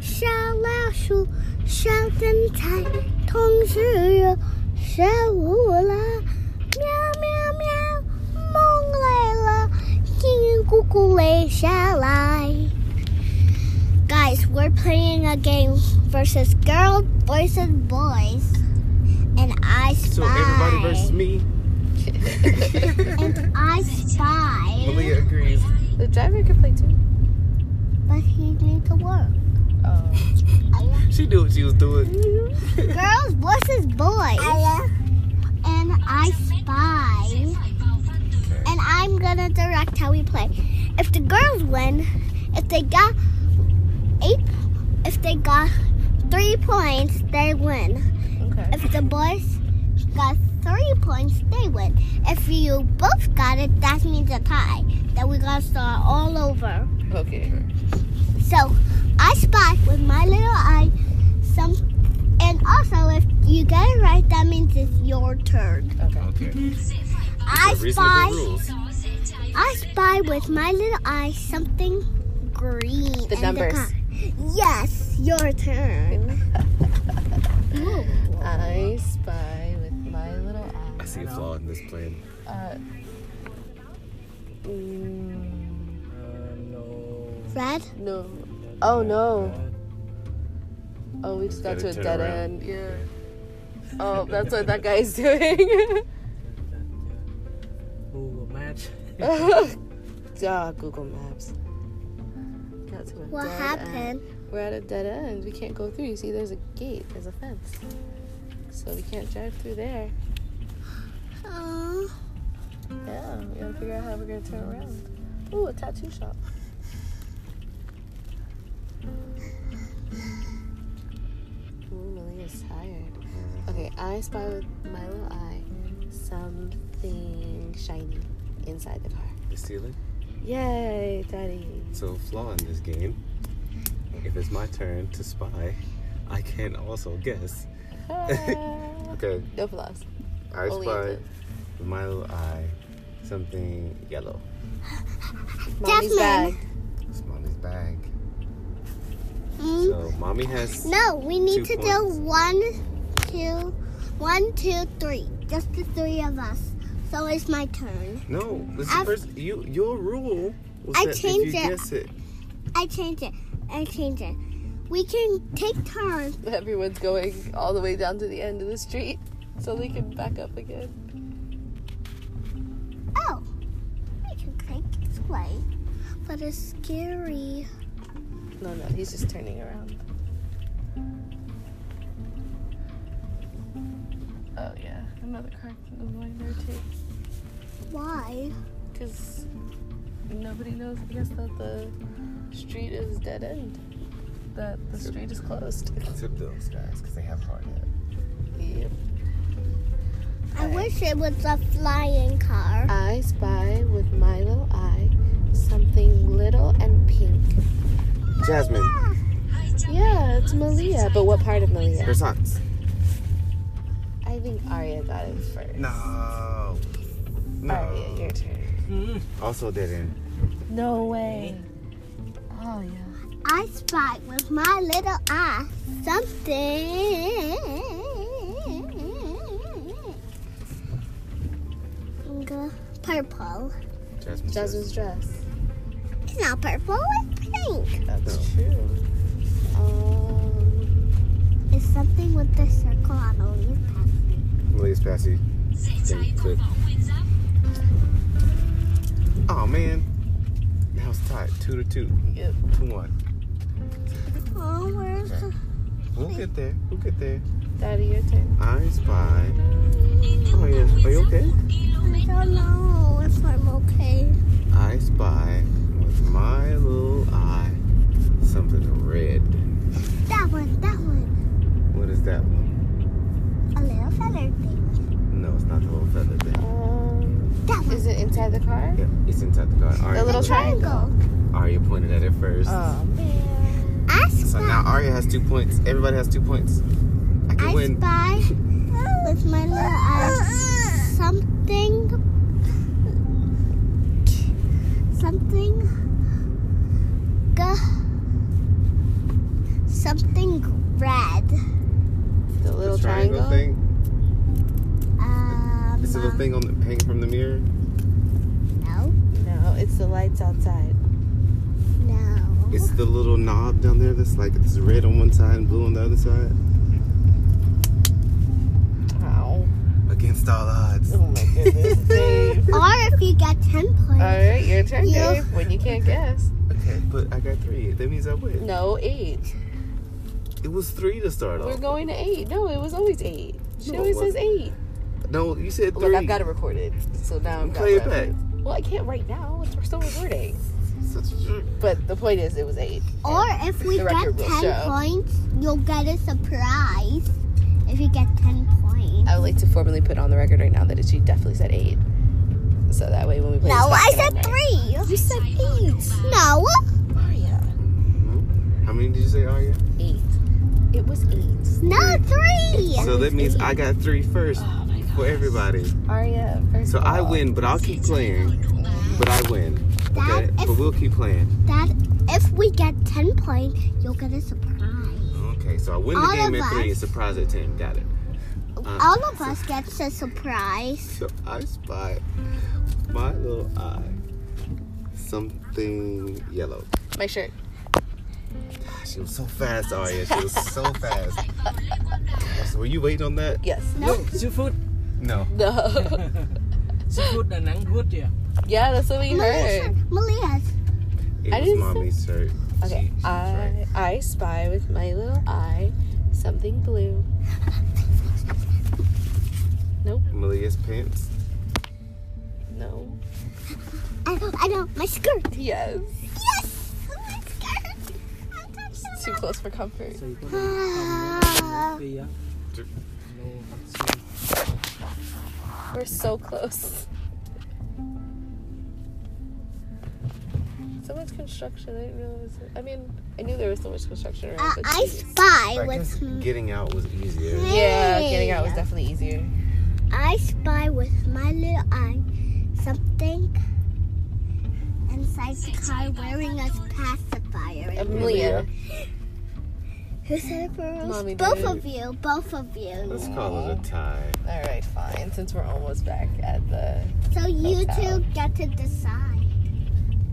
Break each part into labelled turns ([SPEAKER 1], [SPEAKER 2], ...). [SPEAKER 1] 小老鼠，小灯彩，同时有小乌拉，喵喵喵，梦来了，金咕咕来下来。Guys, we're playing a game versus girls, boys, and boys, and I spy.
[SPEAKER 2] So everybody versus me.
[SPEAKER 1] And I spy.
[SPEAKER 2] Malia agrees.
[SPEAKER 3] The driver could play too.
[SPEAKER 1] But he need to work.
[SPEAKER 3] Oh.
[SPEAKER 2] She knew what she was doing.
[SPEAKER 1] Girls versus boys. And I spy. And I'm gonna direct how we play. If the girls win, if they got eight, if they got three points, they win.
[SPEAKER 3] Okay.
[SPEAKER 1] If the boys got three points, they win. If you both got it, that means a tie. Then we gotta start all over.
[SPEAKER 3] Okay.
[SPEAKER 1] So I spy with my little eye some, and also if you get it right, that means it's your turn.
[SPEAKER 3] Okay.
[SPEAKER 2] Okay.
[SPEAKER 1] I
[SPEAKER 2] So
[SPEAKER 1] spy.
[SPEAKER 2] reasonable rules.
[SPEAKER 1] I spy with my little eye something green. and
[SPEAKER 3] numbers.
[SPEAKER 1] co- yes, your turn. Ooh.
[SPEAKER 3] I spy with my little eye.
[SPEAKER 2] I see a flaw in this plan.
[SPEAKER 3] Uh, mm,
[SPEAKER 1] Red.
[SPEAKER 3] no. Oh no. Oh, we just got
[SPEAKER 2] Gotta
[SPEAKER 3] to a
[SPEAKER 2] turn
[SPEAKER 3] dead
[SPEAKER 2] around.
[SPEAKER 3] end. Yeah. Oh, that's what that guy's doing.
[SPEAKER 4] Google Maps.
[SPEAKER 3] Ah, Google Maps. Got to a
[SPEAKER 1] What
[SPEAKER 3] dead End.
[SPEAKER 1] happened?
[SPEAKER 3] We're at a dead end. We can't go through. You see, there's a gate. There's a fence. So we can't drive through there.
[SPEAKER 1] Uh,
[SPEAKER 3] Yeah, we gotta figure out how we're gonna turn around. Ooh, a tattoo shop. Ooh, Malia's tired. Okay, I spy with my little eye something shiny inside the car.
[SPEAKER 2] The ceiling.
[SPEAKER 3] Yay, Daddy.
[SPEAKER 2] So flaw in this game. If it's my turn to spy, I can also guess.
[SPEAKER 3] Ah.
[SPEAKER 2] Okay.
[SPEAKER 3] no flaws.
[SPEAKER 1] Oh,
[SPEAKER 2] I
[SPEAKER 3] Only
[SPEAKER 2] spy
[SPEAKER 3] infants.
[SPEAKER 2] with my little eye something yellow.
[SPEAKER 3] Mommy's
[SPEAKER 1] Jasmine.
[SPEAKER 3] bag.
[SPEAKER 2] It's mommy's bag.
[SPEAKER 1] mm,
[SPEAKER 2] So mommy has
[SPEAKER 1] no, we need
[SPEAKER 2] Two
[SPEAKER 1] to do one, two, one, two, three. Just the three of us. So it's my turn.
[SPEAKER 2] no. This
[SPEAKER 1] I've-
[SPEAKER 2] is first. You your rule was
[SPEAKER 1] I
[SPEAKER 2] that
[SPEAKER 1] changed
[SPEAKER 2] if you
[SPEAKER 1] it.
[SPEAKER 2] guess it,
[SPEAKER 1] I change it. I change it. We can take turns.
[SPEAKER 3] Everyone's going all the way down to the end of the street so they can back up again.
[SPEAKER 1] Oh, we can take this way, but it's scary.
[SPEAKER 3] No, no, he's just turning around. Oh yeah, another car is going there too.
[SPEAKER 1] Why?
[SPEAKER 3] Cause nobody knows, I guess, that the street is dead end. That the street is closed.
[SPEAKER 2] tip those guys because they have hard hat.
[SPEAKER 3] yep.
[SPEAKER 1] I
[SPEAKER 3] Okay.
[SPEAKER 1] wish it was a flying car.
[SPEAKER 3] I spy with my little eye something little and pink.
[SPEAKER 2] Jasmine,
[SPEAKER 3] Yeah, it's Malia. But what part of Malia?
[SPEAKER 2] her socks.
[SPEAKER 3] I think Arya got it first.
[SPEAKER 2] No.
[SPEAKER 3] Arya, your turn.
[SPEAKER 2] Also dead end.
[SPEAKER 3] No way. Oh yeah.
[SPEAKER 1] I spy with my little eye something. Purple.
[SPEAKER 2] Jasmine.
[SPEAKER 3] Jasmine's dress.
[SPEAKER 1] It's not purple, it's pink.
[SPEAKER 3] That's
[SPEAKER 2] No.
[SPEAKER 3] true. Um,
[SPEAKER 1] It's something with the circle on the leaf pad.
[SPEAKER 2] Please, Passy. Oh man. Now it's tied. Two to two.
[SPEAKER 3] Yep.
[SPEAKER 2] Two one.
[SPEAKER 1] Oh, where's the.
[SPEAKER 2] We'll get there. We'll get there.
[SPEAKER 3] Daddy, your turn.
[SPEAKER 2] I spy. Oh yeah. Are you okay?
[SPEAKER 1] I don't know if I'm okay.
[SPEAKER 2] I spy with my little eye something red.
[SPEAKER 1] That one, that one.
[SPEAKER 2] What is that one?
[SPEAKER 1] A little feather thing.
[SPEAKER 2] No, it's not the little feather thing.
[SPEAKER 3] Um,
[SPEAKER 1] That one.
[SPEAKER 3] is it inside the car?
[SPEAKER 2] Yeah, it's inside the car. Aria,
[SPEAKER 3] The little triangle.
[SPEAKER 2] Aria pointed at it first.
[SPEAKER 3] Um,
[SPEAKER 1] I spy.
[SPEAKER 2] so now Aria has two points. Everybody has two points. I can
[SPEAKER 1] I
[SPEAKER 2] win.
[SPEAKER 1] spy with my little eye something. Something. g- something red.
[SPEAKER 3] The little
[SPEAKER 2] the triangle,
[SPEAKER 3] triangle.
[SPEAKER 2] thing.
[SPEAKER 1] Um,
[SPEAKER 2] Is it the thing on the hanging from the mirror?
[SPEAKER 1] No,
[SPEAKER 3] No, it's the lights outside.
[SPEAKER 1] no.
[SPEAKER 2] It's the little knob down there that's like it's red on one side and blue on the other side.
[SPEAKER 3] Ow.
[SPEAKER 2] Against all odds.
[SPEAKER 3] Oh my goodness, Dave.
[SPEAKER 1] or if you get 10 points.
[SPEAKER 3] All right, your turn,
[SPEAKER 1] Yeah.
[SPEAKER 3] Dave. When you can't guess.
[SPEAKER 2] Okay, but I got three. That means I win.
[SPEAKER 3] No, eight.
[SPEAKER 2] It was three to start
[SPEAKER 3] We're
[SPEAKER 2] off.
[SPEAKER 3] going to eight. No, it was always eight. She
[SPEAKER 2] No, it
[SPEAKER 3] always says
[SPEAKER 2] wasn't.
[SPEAKER 3] eight.
[SPEAKER 2] No, you said three.
[SPEAKER 3] Look, I've got it recorded, so now I'm
[SPEAKER 2] Play it back.
[SPEAKER 3] Well, I can't right now. It's, we're still recording.
[SPEAKER 2] Such a jerk.
[SPEAKER 3] But the point is, it was eight.
[SPEAKER 1] Or if we
[SPEAKER 3] The
[SPEAKER 1] get
[SPEAKER 3] record will
[SPEAKER 1] 10
[SPEAKER 3] show.
[SPEAKER 1] points, you'll get a surprise. If you get 10 points.
[SPEAKER 3] I would like to formally put on the record right now that she definitely said eight. So that way, when we play,
[SPEAKER 1] No,
[SPEAKER 3] this
[SPEAKER 1] I
[SPEAKER 3] back, I'm
[SPEAKER 1] said
[SPEAKER 3] right.
[SPEAKER 1] three. You said eight. No.
[SPEAKER 3] Aria,
[SPEAKER 2] How many did you say, Arya?
[SPEAKER 3] eight. It was eight.
[SPEAKER 1] Not three.
[SPEAKER 2] So that means I got three first
[SPEAKER 3] Oh my god.
[SPEAKER 2] for everybody.
[SPEAKER 3] Aria, first
[SPEAKER 2] So
[SPEAKER 3] of
[SPEAKER 2] I
[SPEAKER 3] all-
[SPEAKER 2] win, but I'll keep playing. But I win.
[SPEAKER 1] That
[SPEAKER 2] Okay?
[SPEAKER 1] if-
[SPEAKER 2] But we'll keep playing.
[SPEAKER 1] That if we get 10 points, you'll get a surprise.
[SPEAKER 2] Okay, so I win the
[SPEAKER 1] All
[SPEAKER 2] game
[SPEAKER 1] of
[SPEAKER 2] at three and
[SPEAKER 1] us.
[SPEAKER 2] surprise at ten. Got it. Uh,
[SPEAKER 1] All of us gets a surprise.
[SPEAKER 2] So I spy my little eye. Something yellow.
[SPEAKER 3] my shirt.
[SPEAKER 2] God, she was so fast, Arya. She was so fast. So were you waiting on that?
[SPEAKER 3] Yes.
[SPEAKER 1] No.
[SPEAKER 4] Sư Phút,
[SPEAKER 2] No.
[SPEAKER 3] No.
[SPEAKER 4] Sư Phút Đà Nẵng hút kìa
[SPEAKER 3] yeah, that's what we
[SPEAKER 1] Malia's
[SPEAKER 3] heard.
[SPEAKER 1] shirt. Malia's.
[SPEAKER 2] It
[SPEAKER 3] I
[SPEAKER 2] was
[SPEAKER 3] didn't say-
[SPEAKER 2] mommy's shirt.
[SPEAKER 3] Okay,
[SPEAKER 2] She- she's
[SPEAKER 3] I
[SPEAKER 2] right.
[SPEAKER 3] I spy with my little eye something blue. Nope,
[SPEAKER 2] Malia's pants.
[SPEAKER 3] no.
[SPEAKER 1] I know, I know, my skirt.
[SPEAKER 3] Yes,
[SPEAKER 1] Yes! My skirt! I touched
[SPEAKER 3] it's
[SPEAKER 1] it.
[SPEAKER 3] too close for comfort.
[SPEAKER 4] Xây có đường
[SPEAKER 1] Ah.
[SPEAKER 4] đi á
[SPEAKER 2] Chứ-
[SPEAKER 4] Lô hắt xương
[SPEAKER 3] We're so close. So much construction. I didn't realize. It. I mean, I knew there was so much construction around.
[SPEAKER 1] Uh,
[SPEAKER 3] but
[SPEAKER 1] I
[SPEAKER 3] geez.
[SPEAKER 1] spy
[SPEAKER 2] I guess
[SPEAKER 1] with m-
[SPEAKER 2] getting out was easier.
[SPEAKER 3] yeah, getting out was
[SPEAKER 1] Hey.
[SPEAKER 3] definitely easier.
[SPEAKER 1] I spy with my little eye something inside the car wearing a pacifier.
[SPEAKER 3] Um, Amelia,
[SPEAKER 1] Who said it for
[SPEAKER 3] Mommy
[SPEAKER 1] us? Both
[SPEAKER 3] did.
[SPEAKER 1] of you, both of you.
[SPEAKER 2] Let's call it a tie.
[SPEAKER 3] all right, fine. Since we're almost back at the,
[SPEAKER 1] So you
[SPEAKER 3] Hotel.
[SPEAKER 1] two get to decide.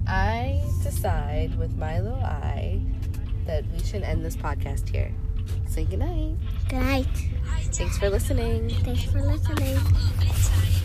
[SPEAKER 3] I decide with my little eye that we should end this podcast here. Say goodnight.
[SPEAKER 1] Good night.
[SPEAKER 3] Thanks for listening.
[SPEAKER 1] Thanks for listening.
[SPEAKER 5] bedtime.